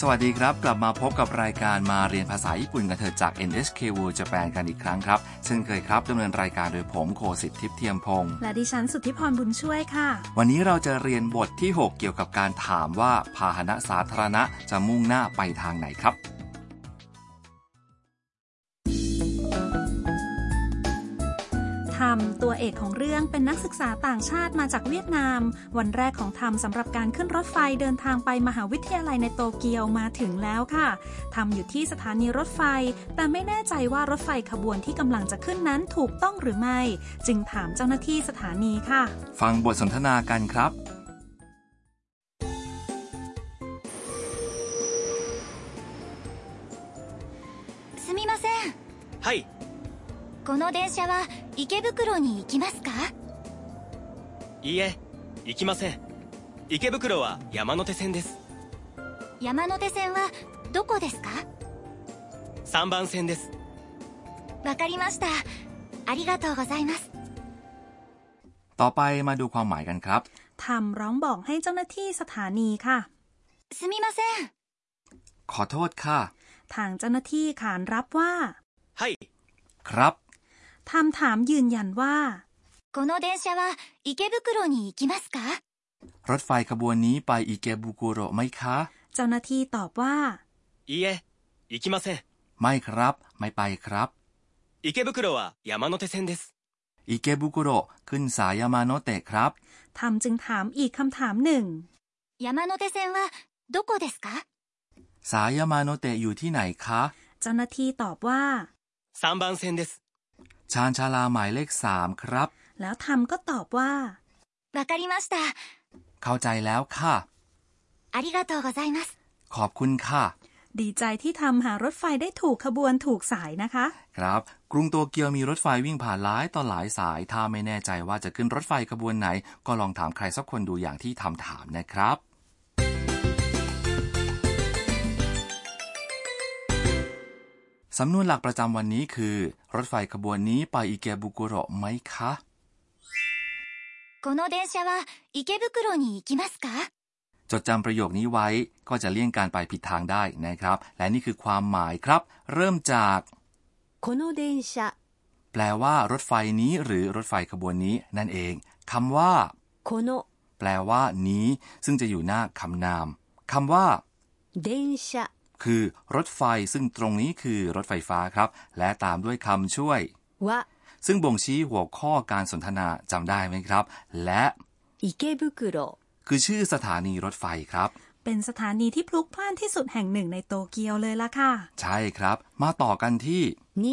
สวัสดีครับ กลับมาพบกับรายการมาเรียนภาษาญี่ปุ่นกันเถิดจาก NHK World Japan กันอีกครั้งครับ เช่นเคยครับดำเนินรายการโดยผมโคสิทธิ์ทิพย์เทียมพงศ์ และดิฉันสุทธิพรบุญช่วยค่ะ วันนี้เราจะเรียนบทที่ 6 เกี่ยวกับการถามว่าพาหนะสาธารณะจะมุ่งหน้าไปทางไหนครับ ทำตัวเอกของเรื่องเป็นนักศึกษาต่างชาติมาจากเวียดนาม วันแรกของทำสำหรับการขึ้นรถไฟเดินทางไปมหาวิทยาลัยในโตเกียวมาถึงแล้วค่ะทำอยู่ที่สถานีรถไฟ แต่ไม่แน่ใจว่ารถไฟขบวนที่กำลังจะขึ้นนั้นถูกต้องหรือไม่ จึงถามเจ้าหน้าที่สถานีค่ะ ฟังบทสนทนากันครับ すみませんはいこの電車は池袋に行きますかいいえ行きません池袋は山手線です山手線はどこですか3番線ですわかりましたありがとうございます ต่อไปมาดูความหมายกันครับ ทำร้องบอกให้เจ้าหน้าที่สถานีค่ะ すみません ขอโทษค่ะ ทางเจ้าหน้าที่ขานรับว่า はい ครับ ทำถามยืนยันว่า この電車は池袋に行きますか รถไฟขบวนนี้ไปอิเกบุกุโระไหมคะ เจ้าหน้าที่ตอบว่า いいえ行きません ไม่ครับ ไม่ไปครับ 池袋は山手線です อิเกบุกุโระขึ้นสายยามาโนเตะครับ ทำจึงถามอีกคำถามหนึ่ง 山手線はどこですか สายยามาโนเตะอยู่ที่ไหนคะ เจ้าหน้าที่ตอบว่า 3番線です ชานชาลาหมายเลขสามครับ แล้วทำก็ตอบว่า わかりました เข้าใจแล้วค่ะ ありがとうございます ขอบคุณค่ะ ดีใจที่ทำหารถไฟได้ถูกขบวนถูกสายนะคะ ครับ กรุงโตเกียวมีรถไฟวิ่งผ่านหลายต่อหลายสาย ถ้าไม่แน่ใจว่าจะขึ้นรถไฟขบวนไหน ก็ลองถามใครสักคนดูอย่างที่ทำถามนะครับ สำนวนหลักประจำวันนี้คือ รถไฟขบวนนี้ไปอิเกบุกุโระไหมคะ この電車は池袋に行きますか จดจำประโยคนี้ไว้ก็จะเลี่ยงการไปผิดทางได้นะครับ และนี่คือความหมายครับ เริ่มจาก この電車 แปลว่ารถไฟนี้หรือรถไฟขบวนนี้นั่นเองคำว่า この แปลว่า นี้ ซึ่งจะอยู่หน้าคำนามคำว่า 電車 คือ รถไฟซึ่งตรงนี้คือรถไฟฟ้าครับ และตามด้วยคำช่วย は ซึ่งบ่งชี้หัวข้อการสนทนาจำได้ไหมครับ และ 池袋 คือชื่อสถานีรถไฟครับ เป็นสถานีที่พลุกพล่านที่สุดแห่งหนึ่งในโตเกียวเลยล่ะค่ะ ใช่ครับ มาต่อกันที่ に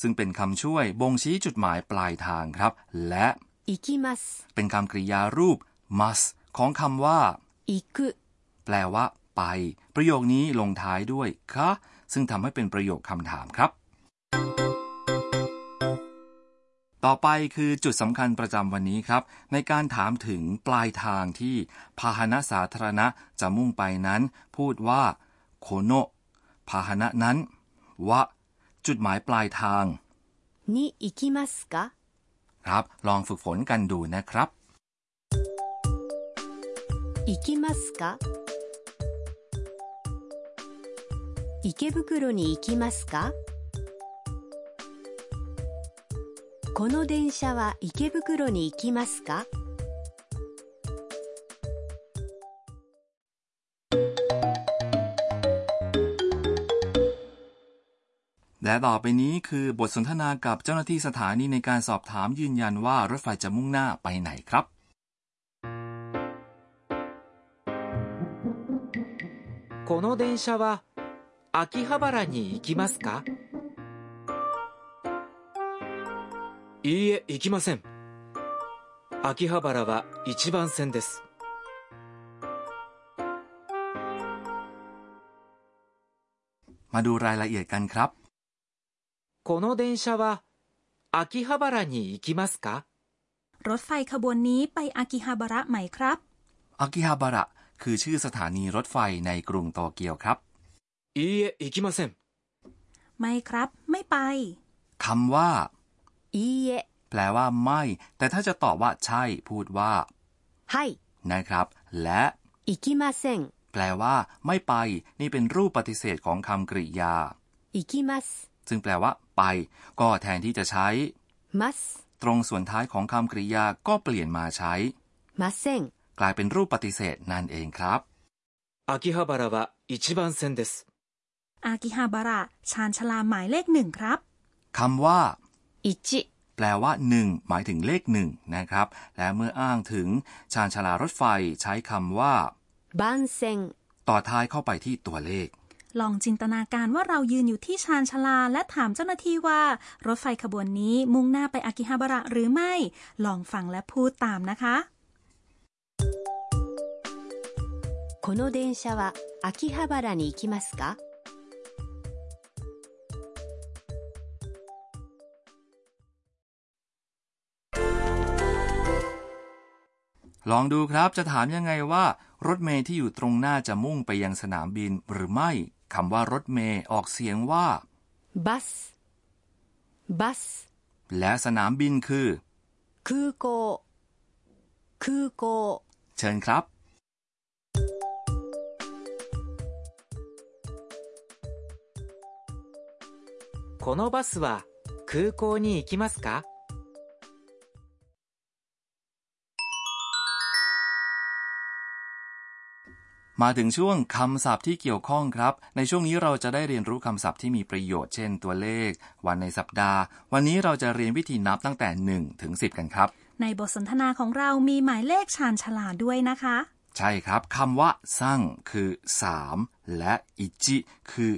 ซึ่งเป็นคำช่วยบ่งชี้จุดหมายปลายทางครับ และ 行きます เป็นคำกริยารูป must ของคำว่า 行く แปลว่า ไป ประโยคนี้ลงท้ายด้วยคะซึ่งทำให้เป็นประโยคคำถามครับ ต่อไปคือจุดสำคัญประจำวันนี้ครับ ในการถามถึงปลายทางที่พาหนะสาธารณะจะมุ่งไปนั้น พูดว่าโคโนะพาหนะนั้นวะจุดหมายปลายทาง に行きますか ครับ ลองฝึกฝนกันดูนะครับ 行きますか池袋に行きますかこの電車は池袋に行きますか และต่อไปนี้คือบทสนทนากับเจ้าหน้าที่สถานีในการสอบถามยืนยันว่ารถไฟจะมุ่งหน้าไปไหนครับ この電車は秋葉原に行きますかいいえ行きません秋葉原は一番線です มาดูรายละเอียดกันครับ この電車は秋葉原に行きますから ถไฟขบวนนี้ไปอากิฮาบาระไหมครับ อากิฮาบาระคือชื่อสถานีรถไฟในกรุงโตเกียวครับ いいえ行きません ไม่ครับ ไม่ไป คำว่า いいえ แปลว่าไม่ แต่ถ้าจะตอบว่าใช่ พูดว่า はい นะครับ และ 行きません แป แปลว่า ไม่ไป นี่เป็นรูปปฏิเสธของคำกริยา 行きます、 ซึ่งแปลว่า ไป ก็แทนที่จะใช้ ます、 ตรงส่วนท้ายของคำกริยาก็เปลี่ยนมาใช้ ません、 กลายเป็นรูปปฏิเสธนั่นเองครับ 秋葉原は一番線です อากิฮาบาระชานชาลาหมายเลขหนึ่งครับ คำว่า 1、 แปลว่า 1 หมายถึงเลขหนึ่งนะครับ และเมื่ออ้างถึง ชานชาลารถไฟใช้คำว่า 番線、 ต่อท้ายเข้าไปที่ตัวเลข ลองจินตนาการว่าเรายืนอยู่ที่ชานชาลาและถามเจ้าหน้าที่ว่า รถไฟขบวนนี้มุ่งหน้าไปอากิฮาบาระหรือไม่ ลองฟังและพูดตามนะคะ この電車は秋葉原に行きますか ลองดูครับจะถามยังไงว่า รถเมย์ที่อยู่ตรงหน้าจะมุ่งไปยังสนามบินหรือไม่คำว่ารถเมย์ออกเสียงว่า バス、バス、 และสนามบินคือ 空港、空港、 เชิญครับ このバスは空港に行きますか มาถึงช่วงคำศัพท์ที่เกี่ยวข้องครับ ในช่วงนี้เราจะได้เรียนรู้คำศัพท์ที่มีประโยชน์เช่นตัวเลข วันในสัปดาห์ วันนี้เราจะเรียนวิธีนับตั้งแต่ 1 ถึง 10 กันครับ ในบทสนทนาของเรามีหมายเลขชานชาลาด้วยนะคะ ใช่ครับคำว่าสั่งคือ 3 และอิจิคือ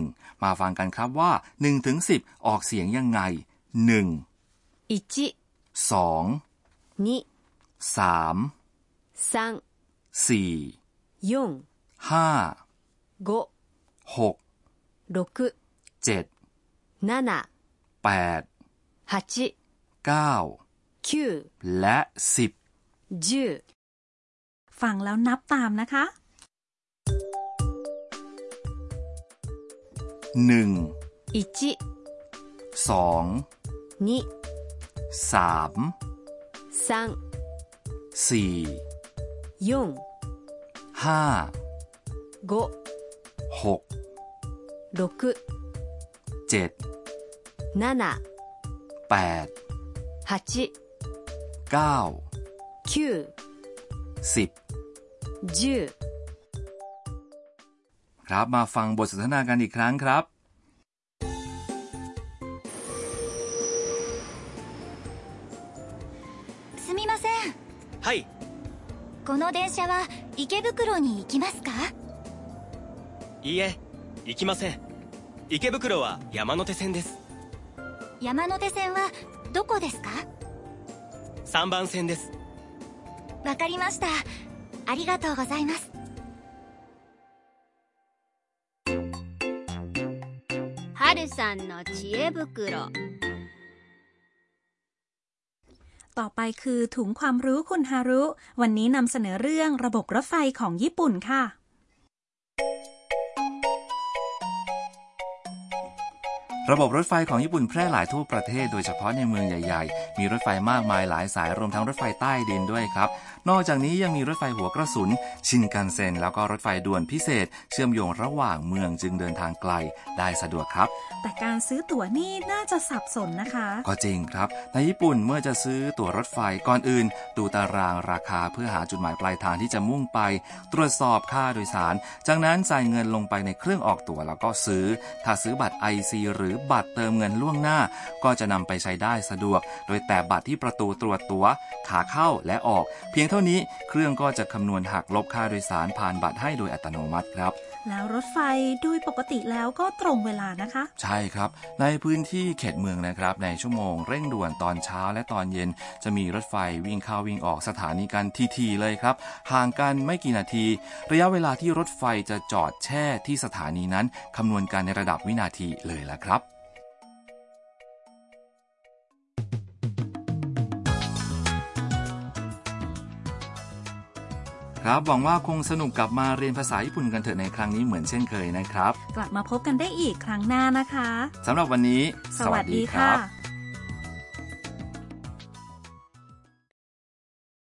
1 มาฟังกันครับว่า 1 ถึง 10 ออกเสียงยังไง 1 1、 2 2、 3 3、 4 4、5、 5 6、6 7、7 8、 8 9、 9 และ 10 10。 ฟังแล้วนับตามนะคะ 1 1、 2 2、 3 3、 สี่ 4、 ห้า 5、 หก 6、 เจ็ด 7、 แปด 8、 เก้า 9、 สิบ 10。 ครับมาฟังบทสนทนากันอีกครั้งครับ すみませんはいこの電車は池袋に行きますかいいえ行きません池袋は山手線です山手線はどこですか3番線ですわかりましたありがとうございますはるさんの知恵袋 ต่อไปคือถุงความรู้คุณฮารุ วันนี้นำเสนอเรื่องระบบรถไฟของญี่ปุ่นค่ะ ระบบรถไฟของญี่ปุ่นแพร่หลายทั่วประเทศโดยเฉพาะในเมืองใหญ่ๆ มีรถไฟมากมายหลายสายรวมทั้งรถไฟใต้ดินด้วยครับ นอกจากนี้ยังมีรถไฟหัวกระสุน ชินกันเซ็น แล้วก็รถไฟด่วนพิเศษ เชื่อมโยงระหว่างเมืองจึงเดินทางไกลได้สะดวกครับ แต่การซื้อตั๋วนี่น่าจะสับสนนะคะ ก็จริงครับ ในญี่ปุ่นเมื่อจะซื้อตั๋วรถไฟก่อนอื่น ดูตารางราคาเพื่อหาจุดหมายปลายทางที่จะมุ่งไป ตรวจสอบค่าโดยสาร จากนั้นจ่ายเงินลงไปในเครื่องออกตั๋วแล้วก็ซื้อ ถ้าซื้อบัตร IC หรือบัตรเติมเงินล่วงหน้า ก็จะนำไปใช้ได้สะดวก โดยแต่บัตรที่ประตูตรวจตั๋วขาเข้าและออก เพียงเท่านี้เครื่องก็จะคำนวณหักลบค่าโดยสารผ่านบัตรให้โดยอัตโนมัติครับ แล้วรถไฟโดยปกติแล้วก็ตรงเวลานะคะ ใช่ครับ ในพื้นที่เขตเมืองนะครับ ในชั่วโมงเร่งด่วนตอนเช้าและตอนเย็น จะมีรถไฟวิ่งเข้าวิ่งออกสถานีกันทีๆเลยครับ ห่างกันไม่กี่นาที ระยะเวลาที่รถไฟจะจอดแช่ที่สถานีนั้นคำนวณการในระดับวินาทีเลยละครับ ครับหวังว่าคงสนุกกับมาเรียนภาษาญี่ปุ่นกันเถอะในครั้งนี้เหมือนเช่นเคยนะครับ กลับมาพบกันได้อีกครั้งหน้านะคะ สำหรับวันนี้ สวัสดีค่ะ